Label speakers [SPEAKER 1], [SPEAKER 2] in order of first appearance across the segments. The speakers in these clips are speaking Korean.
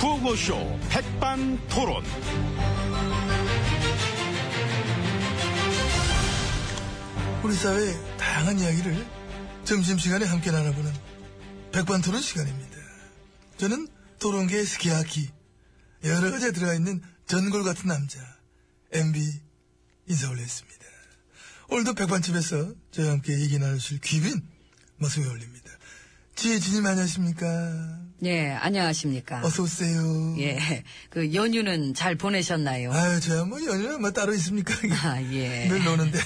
[SPEAKER 1] 라디오쇼 백반토론.
[SPEAKER 2] 우리 사회의 다양한 이야기를 점심시간에 함께 나눠보는 백반토론 시간입니다. 저는 토론계의 스키야키, 여러 가지 들어가 있는 전골 같은 남자, MB 인사 올렸습니다. 오늘도 백반집에서 저와 함께 얘기 나누실 귀빈 모습에 올립니다. 지혜진님 안녕하십니까?
[SPEAKER 3] 예, 안녕하십니까.
[SPEAKER 2] 어서오세요.
[SPEAKER 3] 예, 그 연휴는 잘 보내셨나요?
[SPEAKER 2] 아유, 네. 저야 뭐 연휴는 뭐 따로 있습니까?
[SPEAKER 3] 아, 예.
[SPEAKER 2] 늘 노는데.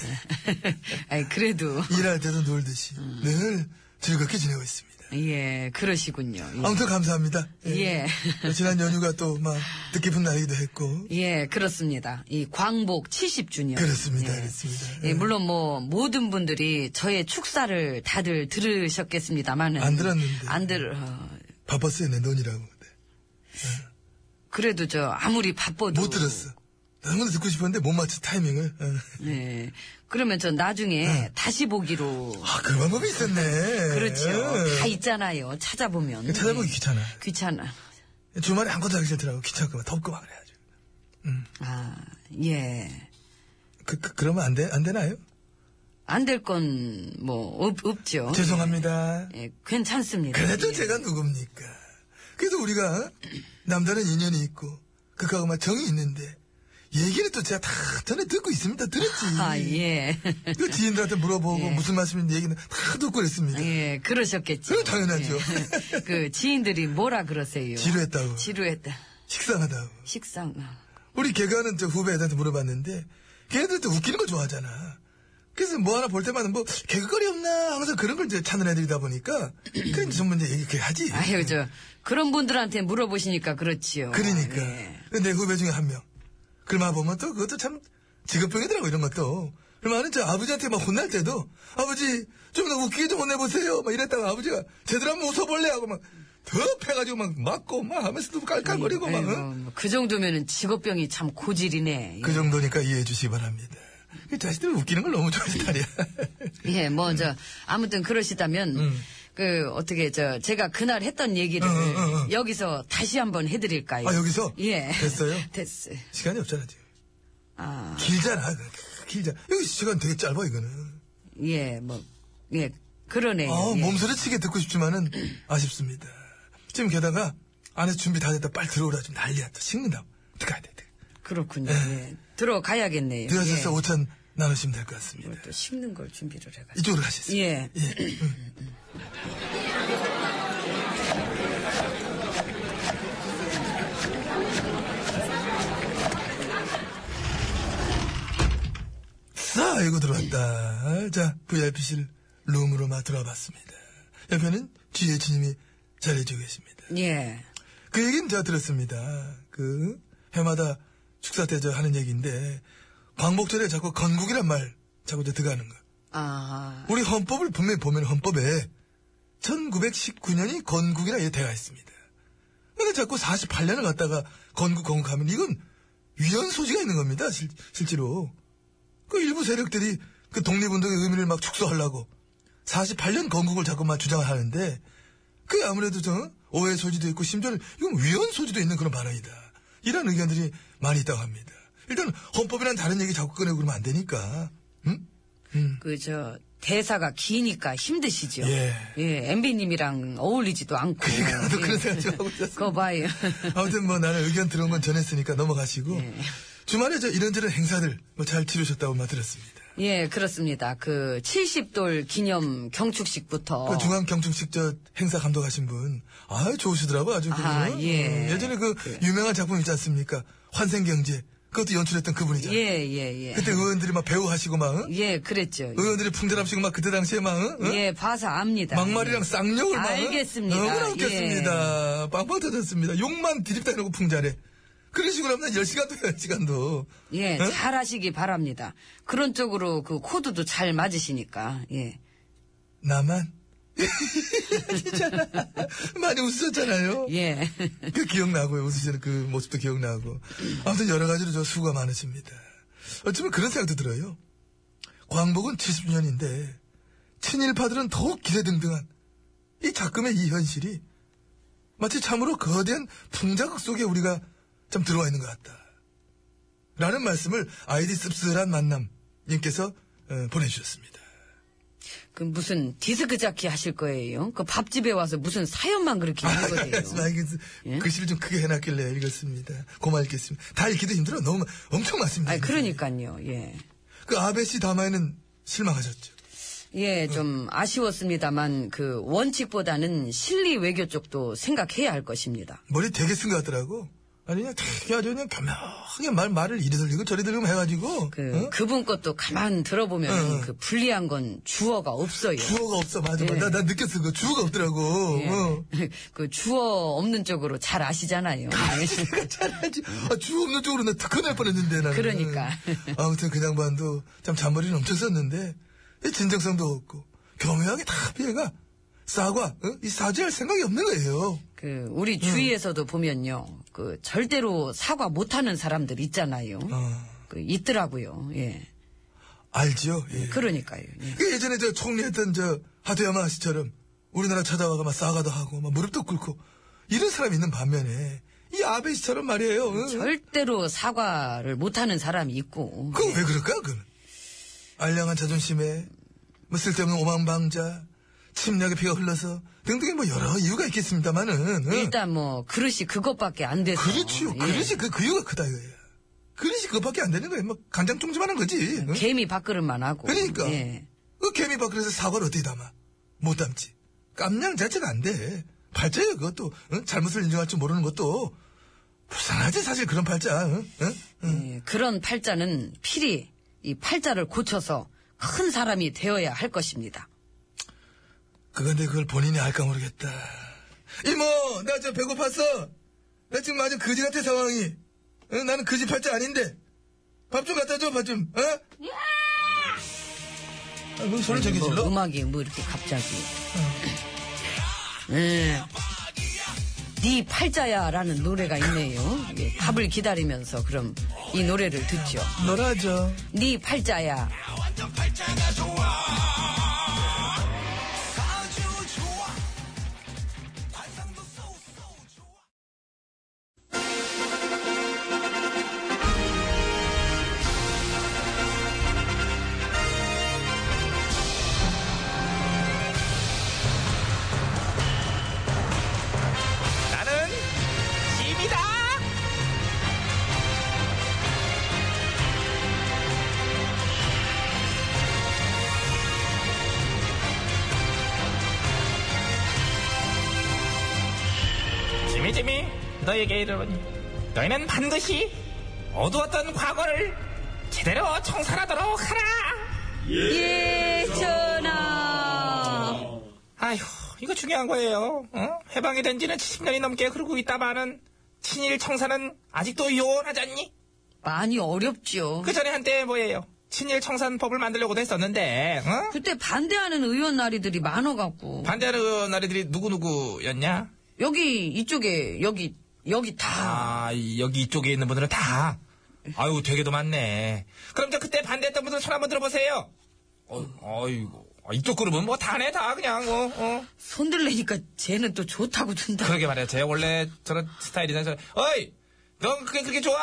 [SPEAKER 3] 아이, 그래도.
[SPEAKER 2] 일할 때도 놀듯이
[SPEAKER 3] 음.
[SPEAKER 2] 늘 즐겁게 지내고 있습니다.
[SPEAKER 3] 예, 그러시군요. 예.
[SPEAKER 2] 아무튼 감사합니다.
[SPEAKER 3] 예.
[SPEAKER 2] 네. 지난 연휴가 또 막 뜻깊은 날이기도 했고.
[SPEAKER 3] 예, 그렇습니다. 이 광복 70주년.
[SPEAKER 2] 그렇습니다.
[SPEAKER 3] 예.
[SPEAKER 2] 그렇습니다.
[SPEAKER 3] 예,
[SPEAKER 2] 예.
[SPEAKER 3] 물론 뭐 모든 분들이 저의 축사를 다들 들으셨겠습니다만은
[SPEAKER 2] 안 들었는데.
[SPEAKER 3] 안 들. 어,
[SPEAKER 2] 바빴어요, 내 돈이라고. 네.
[SPEAKER 3] 그래도 저 아무리 바빠도
[SPEAKER 2] 못 들었어. 너무나 듣고 싶었는데 못 맞춰 타이밍을. 어.
[SPEAKER 3] 예. 그러면 전 나중에 다시 보기로
[SPEAKER 2] 네. 아, 그 방법이 있었네.
[SPEAKER 3] 그렇죠.
[SPEAKER 2] 예.
[SPEAKER 3] 다 있잖아요. 찾아보면.
[SPEAKER 2] 찾아보기
[SPEAKER 3] 예.
[SPEAKER 2] 귀찮아.
[SPEAKER 3] 귀찮아.
[SPEAKER 2] 주말에 아무것도 하기 싫더라고. 귀찮고 막 덥고 막 그래가지고.
[SPEAKER 3] 아, 예.
[SPEAKER 2] 그, 그, 러면안 돼, 안 되나요?
[SPEAKER 3] 안 될 건 뭐 없죠.
[SPEAKER 2] 죄송합니다.
[SPEAKER 3] 예, 예, 괜찮습니다.
[SPEAKER 2] 그래도
[SPEAKER 3] 예.
[SPEAKER 2] 제가 누굽니까? 그래도 우리가 남다른 인연이 있고 그하고 막 정이 있는데 얘기를 또 제가 다 전에 듣고 있습니다. 들었지.
[SPEAKER 3] 아, 예.
[SPEAKER 2] 그 지인들한테 물어보고
[SPEAKER 3] 예.
[SPEAKER 2] 무슨 말씀인지 얘기는 다 듣고 그랬습니다.
[SPEAKER 3] 예, 그러셨겠죠.
[SPEAKER 2] 그럼 당연하죠.
[SPEAKER 3] 예. 그 지인들이 뭐라 그러세요?
[SPEAKER 2] 지루했다고.
[SPEAKER 3] 지루했다.
[SPEAKER 2] 식상하다고.
[SPEAKER 3] 식상.
[SPEAKER 2] 우리 개그하는 저 후배들한테 물어봤는데 걔네들 또 웃기는 거 좋아하잖아. 그래서 뭐 하나 볼 때마다 뭐 개그거리 없나 항상 그런 걸 이제 찾는 애들이다 보니까 그런 전부 이제 얘기 그렇게 하지.
[SPEAKER 3] 아유, 저 그런 분들한테 물어보시니까 그렇지요.
[SPEAKER 2] 그러니까.
[SPEAKER 3] 예.
[SPEAKER 2] 내 후배 중에 한 명. 그러면 아, 보면 또 그것도 참 직업병이더라고, 이런 것도. 그러면은 저 아버지한테 막 혼날 때도, 아버지, 좀 더 웃기게 좀 혼내보세요. 막 이랬다가 아버지가 제대로 한번 웃어볼래? 하고 막, 더 패가지고 막 맞고 막 하면서도 깔깔거리고 막. 어?
[SPEAKER 3] 아이고,
[SPEAKER 2] 응?
[SPEAKER 3] 뭐, 그 정도면은 직업병이 참 고질이네. 예.
[SPEAKER 2] 그 정도니까 이해해 주시기 바랍니다. 이 자식들 웃기는 걸 너무 좋아해서 다리야.
[SPEAKER 3] 예,
[SPEAKER 2] 음.
[SPEAKER 3] 뭐, 저, 아무튼 그러시다면, 그, 어떻게, 저, 제가 그날 했던 얘기를
[SPEAKER 2] 응, 응, 응, 응.
[SPEAKER 3] 여기서 다시 한번 해드릴까요?
[SPEAKER 2] 음, 아, 여기서?
[SPEAKER 3] 예.
[SPEAKER 2] 됐어요?
[SPEAKER 3] 됐어요.
[SPEAKER 2] 시간이 없잖아, 지금.
[SPEAKER 3] 아,
[SPEAKER 2] 길잖아, 길잖아. 여기 시간 되게 짧아, 이거는.
[SPEAKER 3] 예, 뭐, 예, 그러네요.
[SPEAKER 2] 아,
[SPEAKER 3] 예.
[SPEAKER 2] 몸소리치게 듣고 싶지만은 아쉽습니다. 지금 게다가 안에서 준비 다 됐다 빨리 들어오라 지금 난리야 또 식는다. 들어가야 돼.
[SPEAKER 3] 그렇군요. 예. 들어가야겠네요.
[SPEAKER 2] 들어가셔서
[SPEAKER 3] 예.
[SPEAKER 2] 5천 나누시면 될 것 같습니다.
[SPEAKER 3] 이걸 또 식는 걸 준비를 해가지고.
[SPEAKER 2] 이쪽으로 음. 가시죠.
[SPEAKER 3] 예.
[SPEAKER 2] 싸 이거 아, 들어왔다. 자 VIP실 룸으로 막 들어와봤습니다. 옆에는 지혜진님이 잘해주고 계십니다.
[SPEAKER 3] 예.
[SPEAKER 2] 그 얘기는 제가 들었습니다. 그 해마다 축사 때 저 하는 얘기인데 광복절에 자꾸 건국이란 말 자꾸 이제 들어가는 거.
[SPEAKER 3] 아,
[SPEAKER 2] 우리 헌법을 분명히 보면 헌법에 1919년이 건국이라 이렇게 되어 있습니다. 근데 자꾸 48년을 갖다가 건국, 건국하면 이건 위헌 소지가 있는 겁니다, 실, 실제로. 그 일부 세력들이 그 독립운동의 의미를 막 축소하려고 48년 건국을 자꾸만 주장하는데 그게 아무래도 저 오해 소지도 있고 심지어는 이건 위헌 소지도 있는 그런 발언이다. 이런 의견들이 많이 있다고 합니다. 일단 헌법이란 다른 얘기 자꾸 꺼내고 그러면 안 되니까. 응?
[SPEAKER 3] 그, 저, 대사가 기니까 힘드시죠?
[SPEAKER 2] 예.
[SPEAKER 3] 예, MB님이랑 어울리지도 않고.
[SPEAKER 2] 그러니까 나도
[SPEAKER 3] 예.
[SPEAKER 2] 그런 생각 좀 하고 있었어.
[SPEAKER 3] 그거 봐요.
[SPEAKER 2] 아무튼 뭐 나는 의견 들은 건 전했으니까 넘어가시고
[SPEAKER 3] 예.
[SPEAKER 2] 주말에 저 이런저런 행사들 뭐 잘 치르셨다고 막 들었습니다.
[SPEAKER 3] 예, 그렇습니다. 그 70돌 기념 경축식부터
[SPEAKER 2] 그 중앙 경축식 저 행사 감독하신 분, 아 좋으시더라고 아주.
[SPEAKER 3] 아,
[SPEAKER 2] 그분은.
[SPEAKER 3] 예.
[SPEAKER 2] 음, 예전에 그 유명한 작품 있지 않습니까? 환생경제 그것도 연출했던 그분이잖아요.
[SPEAKER 3] 예, 예, 예.
[SPEAKER 2] 그때 의원들이 막 배우하시고 막 응?
[SPEAKER 3] 예, 그랬죠.
[SPEAKER 2] 의원들이 풍자랍시고 막 그때 당시에 막 응? 응?
[SPEAKER 3] 예, 봐서 압니다. 예.
[SPEAKER 2] 막말이랑 쌍욕을 막 응?
[SPEAKER 3] 알겠습니다. 예.
[SPEAKER 2] 너무나 웃겼습니다. 빵빵 터졌습니다. 욕만 드립다 놓고 풍자래. 그런 식으로 하면 10시간도 10시간도.
[SPEAKER 3] 예, 잘하시기 바랍니다. 그런 쪽으로 그 코드도 잘 맞으시니까. 예.
[SPEAKER 2] 나만? 아니잖아. 많이 웃으셨잖아요.
[SPEAKER 3] 예.
[SPEAKER 2] 그 기억나고요. 웃으시는 그 모습도 기억나고. 아무튼 여러 가지로 저 수고가 많으십니다. 어쩌면 그런 생각도 들어요. 광복은 70년인데, 친일파들은 더욱 기세등등한 이 작금의 이 현실이 마치 참으로 거대한 풍자극 속에 우리가 참 들어와 있는 것 같다. 라는 말씀을 아이디 씁쓸한 만남님께서 어, 보내주셨습니다.
[SPEAKER 3] 그 무슨 디스크 잡기 하실 거예요? 그 밥집에 와서 무슨 사연만 그렇게
[SPEAKER 2] 아, 알겠습니다.
[SPEAKER 3] 읽거든요.
[SPEAKER 2] 알겠습니다.
[SPEAKER 3] 예?
[SPEAKER 2] 글씨를 좀 크게 해놨길래 읽었습니다. 고마 읽겠습니다. 다 읽기도 힘들어. 너무 엄청 많습니다.
[SPEAKER 3] 아, 그러니까요. 예.
[SPEAKER 2] 그 아베 씨 담화에는 실망하셨죠.
[SPEAKER 3] 예, 좀 아쉬웠습니다만 그 원칙보다는 실리 외교 쪽도 생각해야 할 것입니다.
[SPEAKER 2] 머리 되게 쓴 것 같더라고. 아니 그냥 되게 아주 그냥 겸허하게 말 말을 이리 들리고 저리 들리고 해가지고
[SPEAKER 3] 그
[SPEAKER 2] 어?
[SPEAKER 3] 그분 것도 가만 들어보면
[SPEAKER 2] 응.
[SPEAKER 3] 그 불리한 건 주어가 없어요.
[SPEAKER 2] 주어가 없어 맞아 맞아
[SPEAKER 3] 예.
[SPEAKER 2] 나, 나 느꼈어 그거 주어가 없더라고
[SPEAKER 3] 예.
[SPEAKER 2] 어.
[SPEAKER 3] 그 주어 없는 쪽으로 잘 아시잖아요.
[SPEAKER 2] 내가 잘하지 아, 주어 없는 쪽으로 나 특허 날 뻔했는데 나는
[SPEAKER 3] 그러니까.
[SPEAKER 2] 아무튼 그 장반도 참 잔머리는 엄청 썼는데 이 진정성도 없고 겸허하게 다 피해가 사과 어? 이 사죄할 생각이 없는 거예요
[SPEAKER 3] 그 우리 주위에서도 보면요. 그 절대로 사과 못 하는 사람들 있잖아요.
[SPEAKER 2] 어.
[SPEAKER 3] 그 있더라고요. 예.
[SPEAKER 2] 알지요 예.
[SPEAKER 3] 그러니까요. 예.
[SPEAKER 2] 그 예전에 저 총리했던 저 하토야마 씨처럼 우리나라 찾아와가 막 싸가도 하고 막 무릎도 꿇고 이런 사람이 있는 반면에 이 아베 씨처럼 말이에요. 응?
[SPEAKER 3] 절대로 사과를 못 하는 사람이 있고.
[SPEAKER 2] 그건 왜 그럴까 그건? 알량한 자존심에 뭐 쓸데없는 오만방자 침략의 피가 흘러서 등등의 뭐 여러 이유가 있겠습니다만은
[SPEAKER 3] 일단 뭐 그릇이 그것밖에 안 돼서.
[SPEAKER 2] 그, 예. 그렇지요.
[SPEAKER 3] 예.
[SPEAKER 2] 그릇이 그, 그 이유가 크다 이거예요. 그릇이 그것밖에 안 되는 거예요. 뭐 간장 종지만한 거지. 응?
[SPEAKER 3] 개미 밥그릇만 하고.
[SPEAKER 2] 그러니까.
[SPEAKER 3] 예.
[SPEAKER 2] 그 개미 밥그릇에 사과를 어떻게 담아? 못 담지. 깜냥 자체가 안 돼. 팔자예요, 그것도. 응? 잘못을 인정할 줄 모르는 것도. 불쌍하지, 사실 그런 팔자. 응? 응?
[SPEAKER 3] 예, 그런 팔자는 필히 이 팔자를 고쳐서 큰 사람이 되어야 할 것입니다.
[SPEAKER 2] 그건데 그걸 본인이 알까 모르겠다. 이모, 나 저 배고팠어. 나 지금 아주 거지 같아, 상황이. 응? 나는 거지 팔자 아닌데. 밥 좀 갖다 줘, 밥 좀. 어? 아, 뭐 소리 저기
[SPEAKER 3] 뭐
[SPEAKER 2] 질러?
[SPEAKER 3] 음악이 뭐 이렇게 갑자기. 예. 네 팔자야라는 노래가 있네요. 예, 밥을 기다리면서 그럼 이 노래를 듣죠.
[SPEAKER 2] 놀아줘.
[SPEAKER 3] 네 팔자야.
[SPEAKER 1] 나는 짐이다. 짐이 짐이 너에게 이르니 너희는 반드시 어두웠던 과거를 제대로 청산하도록 하라.
[SPEAKER 3] 예, 전하.
[SPEAKER 1] 아휴, 이거 중요한 거예요. 어? 해방이 된 지는 70년이 넘게 흐르고 있다마는 친일 청산은 아직도 요원하지 않니?
[SPEAKER 3] 많이 어렵죠.
[SPEAKER 1] 그 전에 한때 뭐예요? 친일 청산법을 만들려고도 했었는데, 어?
[SPEAKER 3] 그때 반대하는 의원 나리들이 많아갖고
[SPEAKER 1] 반대하는 나라들이 누구누구였냐?
[SPEAKER 3] 여기 이쪽에 여기 여기 다
[SPEAKER 1] 아, 이- 여기 이쪽에 있는 분들은 다. 아유, 되게도 많네. 그럼 저 그때 반대했던 분들 손 한번 들어보세요. 어, 아이고. 아, 이쪽 그룹은 뭐 다네, 다, 그냥, 어, 어.
[SPEAKER 3] 손들래니까 쟤는 또 좋다고 든다.
[SPEAKER 1] 그러게 말이야. 제 원래 저런 스타일이잖아. 저, 어이! 넌 그게 그렇게 좋아?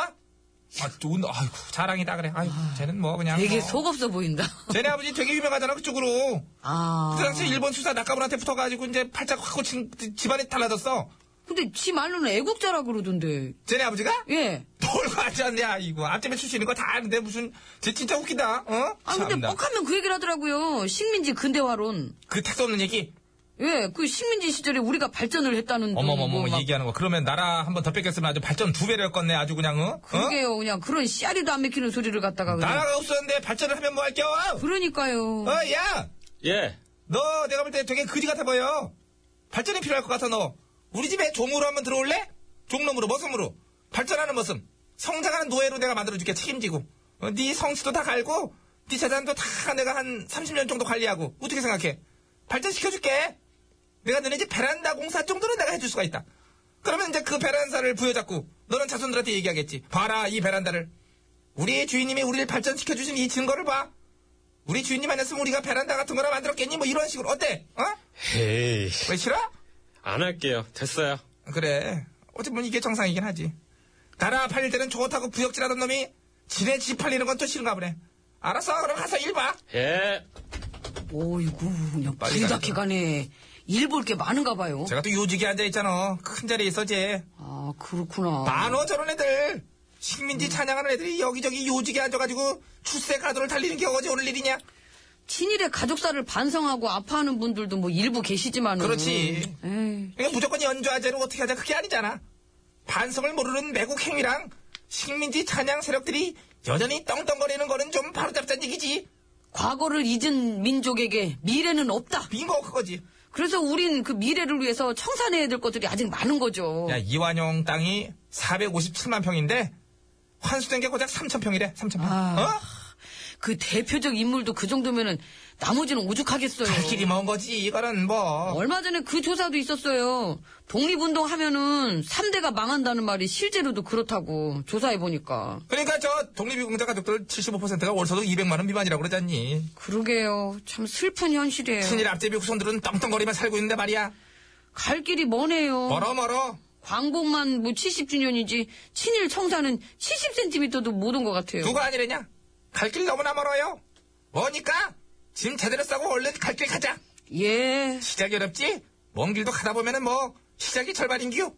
[SPEAKER 1] 아, 좋은데, 아이고, 자랑이다, 그래. 아이고, 쟤는 뭐, 그냥.
[SPEAKER 3] 되게
[SPEAKER 1] 뭐.
[SPEAKER 3] 속없어 보인다.
[SPEAKER 1] 쟤네 아버지 되게 유명하잖아, 그쪽으로.
[SPEAKER 3] 아.
[SPEAKER 1] 그 당시 일본 수사 낙하문한테 붙어가지고 이제 팔짝 확 고친 집안이 달라졌어.
[SPEAKER 3] 근데 지 말로는 애국자라 그러던데.
[SPEAKER 1] 쟤네 아버지가?
[SPEAKER 3] 예.
[SPEAKER 1] 뭘 가지 않냐, 이거. 앞집에 출신인 거 다 아는데 무슨, 쟤 진짜 웃기다, 어?
[SPEAKER 3] 아 근데
[SPEAKER 1] 참나.
[SPEAKER 3] 뻑하면 그 얘기를 하더라고요. 식민지 근대화론.
[SPEAKER 1] 그 택도 없는 얘기?
[SPEAKER 3] 예, 그 식민지 시절에 우리가 발전을 했다는 둥,
[SPEAKER 1] 어머머머,
[SPEAKER 3] 뭐 막-
[SPEAKER 1] 얘기하는 거. 그러면 나라 한 번 더 뺏겼으면 아주 발전 두 배를 했겠네, 아주 그냥, 어? 어?
[SPEAKER 3] 그러게요, 그냥 그런 씨알이도 안 맥히는 소리를 갖다가 그냥.
[SPEAKER 1] 나라가 없었는데 발전을 하면 뭐 할겨?
[SPEAKER 3] 음. 그러니까요.
[SPEAKER 1] 어, 야!
[SPEAKER 4] 예.
[SPEAKER 1] 너 내가 볼 때 되게 그지 같아 보여. 발전이 필요할 것 같아 너. 우리 집에 종으로 한번 들어올래? 종놈으로 머슴으로 발전하는 머슴. 성장하는 노예로 내가 만들어줄게 책임지고. 어, 네 성수도 다 갈고 네 재산도 다 내가 한 30년 정도 관리하고 어떻게 생각해? 발전시켜줄게. 내가 너네 집 베란다 공사 정도는 내가 해줄 수가 있다. 그러면 이제 그 베란다를 부여잡고 너는 자손들한테 얘기하겠지. 봐라 이 베란다를. 우리 주인님이 우리를 발전시켜주신 이 증거를 봐. 우리 주인님 아니었으면 우리가 베란다 같은 거나 만들었겠니? 뭐 이런 식으로 어때? 어?
[SPEAKER 4] 에이,
[SPEAKER 1] 왜 싫어?
[SPEAKER 4] 안 할게요. 됐어요.
[SPEAKER 2] 그래. 어쨌든 이게 정상이긴 하지. 나라 팔릴 때는 좋다고 구역질하던 놈이 지네 집 팔리는 건 또 싫은가 보네. 알았어. 그럼 가서 일 봐.
[SPEAKER 1] 예.
[SPEAKER 3] 오이구, 그냥
[SPEAKER 2] 빨리
[SPEAKER 3] 길다
[SPEAKER 2] 가야죠.
[SPEAKER 3] 기간에 일 볼 게 많은가 봐요.
[SPEAKER 2] 제가 또 요직에 앉아있잖아. 큰 자리에 있었지.
[SPEAKER 3] 아, 그렇구나.
[SPEAKER 2] 많어 저런 애들. 식민지 찬양하는 애들이 여기저기 요직에 앉아가지고 출세 가도를 달리는 게 어제 오늘 일이냐?
[SPEAKER 3] 친일의 가족사를 반성하고 아파하는 분들도 뭐 일부 계시지만은.
[SPEAKER 2] 그렇지.
[SPEAKER 3] 에이,
[SPEAKER 2] 그러니까 무조건 연좌제로 어떻게 하자 그게 아니잖아. 반성을 모르는 매국 행위랑 식민지 찬양 세력들이 여전히 떵떵거리는 거는 좀 바로잡자는 얘기지.
[SPEAKER 3] 과거를 잊은 민족에게 미래는 없다.
[SPEAKER 2] 빙고 그거지.
[SPEAKER 3] 그래서 우린 그 미래를 위해서 청산해야 될 것들이 아직 많은 거죠.
[SPEAKER 2] 야 이완용 땅이 457만 평인데 환수된 게 고작 3천 평이래. 3천 평.
[SPEAKER 3] 아.
[SPEAKER 2] 어?
[SPEAKER 3] 그 대표적 인물도 그 정도면은 나머지는 오죽하겠어요.
[SPEAKER 2] 갈 길이 먼 거지. 이거는 뭐
[SPEAKER 3] 얼마 전에 그 조사도 있었어요. 독립운동 하면은 3대가 망한다는 말이 실제로도 그렇다고 조사해보니까.
[SPEAKER 2] 그러니까 저 독립유공자 가족들 75%가 월소득 200만 원 미만이라고 그러잖니.
[SPEAKER 3] 그러게요. 참 슬픈 현실이에요.
[SPEAKER 2] 친일 앞제비 후손들은 떵떵거리며 살고 있는데 말이야.
[SPEAKER 3] 갈 길이 머네요.
[SPEAKER 2] 멀어 멀어.
[SPEAKER 3] 광복만 뭐 70주년이지 친일 청산은 70cm도 못 온 것 같아요.
[SPEAKER 2] 누가 아니래냐? 갈 길 너무나 멀어요. 뭐니까? 짐 제대로 싸고 얼른 갈 길 가자.
[SPEAKER 3] 예.
[SPEAKER 2] 시작이 어렵지? 먼 길도 가다 보면은 뭐 시작이 절반인기요.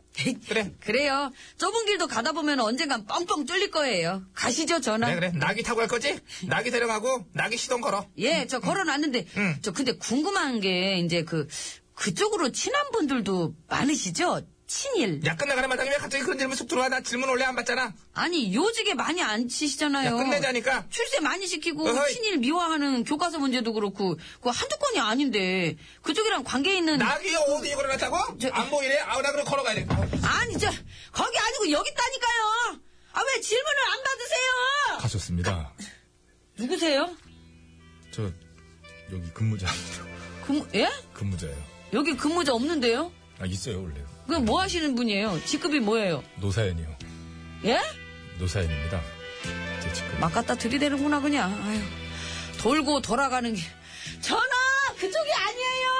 [SPEAKER 2] 그래.
[SPEAKER 3] 그래요. 좁은 길도 가다 보면 언젠간 뻥뻥 뚫릴 거예요. 가시죠, 전화.
[SPEAKER 2] 그래 그래. 나기 타고 갈 거지? 나기 데려가고 나기 시동 걸어.
[SPEAKER 3] 예, 저 걸어놨는데
[SPEAKER 2] 응.
[SPEAKER 3] 저 근데 궁금한 게 이제 그 그쪽으로 친한 분들도 많으시죠? 친일.
[SPEAKER 2] 야 끝나가는 마당에 왜 갑자기 그런 질문 쑥 들어와? 나 질문 원래 안 받잖아.
[SPEAKER 3] 아니 요직에 많이 안 치시잖아요.
[SPEAKER 2] 야 끝내자니까.
[SPEAKER 3] 출세 많이 시키고
[SPEAKER 2] 어허이.
[SPEAKER 3] 친일 미화하는 교과서 문제도 그렇고 그 한두 건이 아닌데 그쪽이랑 관계 있는
[SPEAKER 2] 나기 어디 걸어놨다고?
[SPEAKER 3] 음. 저-
[SPEAKER 2] 안 보이래? 아우 나 그럼 걸어가야 돼. 아우.
[SPEAKER 3] 아니 저 거기 아니고 여기 있다니까요. 아 왜 질문을 안 받으세요?
[SPEAKER 1] 가셨습니다.
[SPEAKER 3] 누구세요?
[SPEAKER 1] 저, 여기 근무자입니다.
[SPEAKER 3] 근무 예?
[SPEAKER 1] 근무자예요.
[SPEAKER 3] 여기 근무자 없는데요?
[SPEAKER 1] 아, 있어요, 원래.
[SPEAKER 3] 그럼 뭐 하시는 분이에요? 직급이 뭐예요?
[SPEAKER 1] 노사연이요.
[SPEAKER 3] 예?
[SPEAKER 1] 노사연입니다. 제 직급.
[SPEAKER 3] 막 갖다 들이대는구나 그냥 아유 돌고 돌아가는 게 전화 그쪽이 아니에요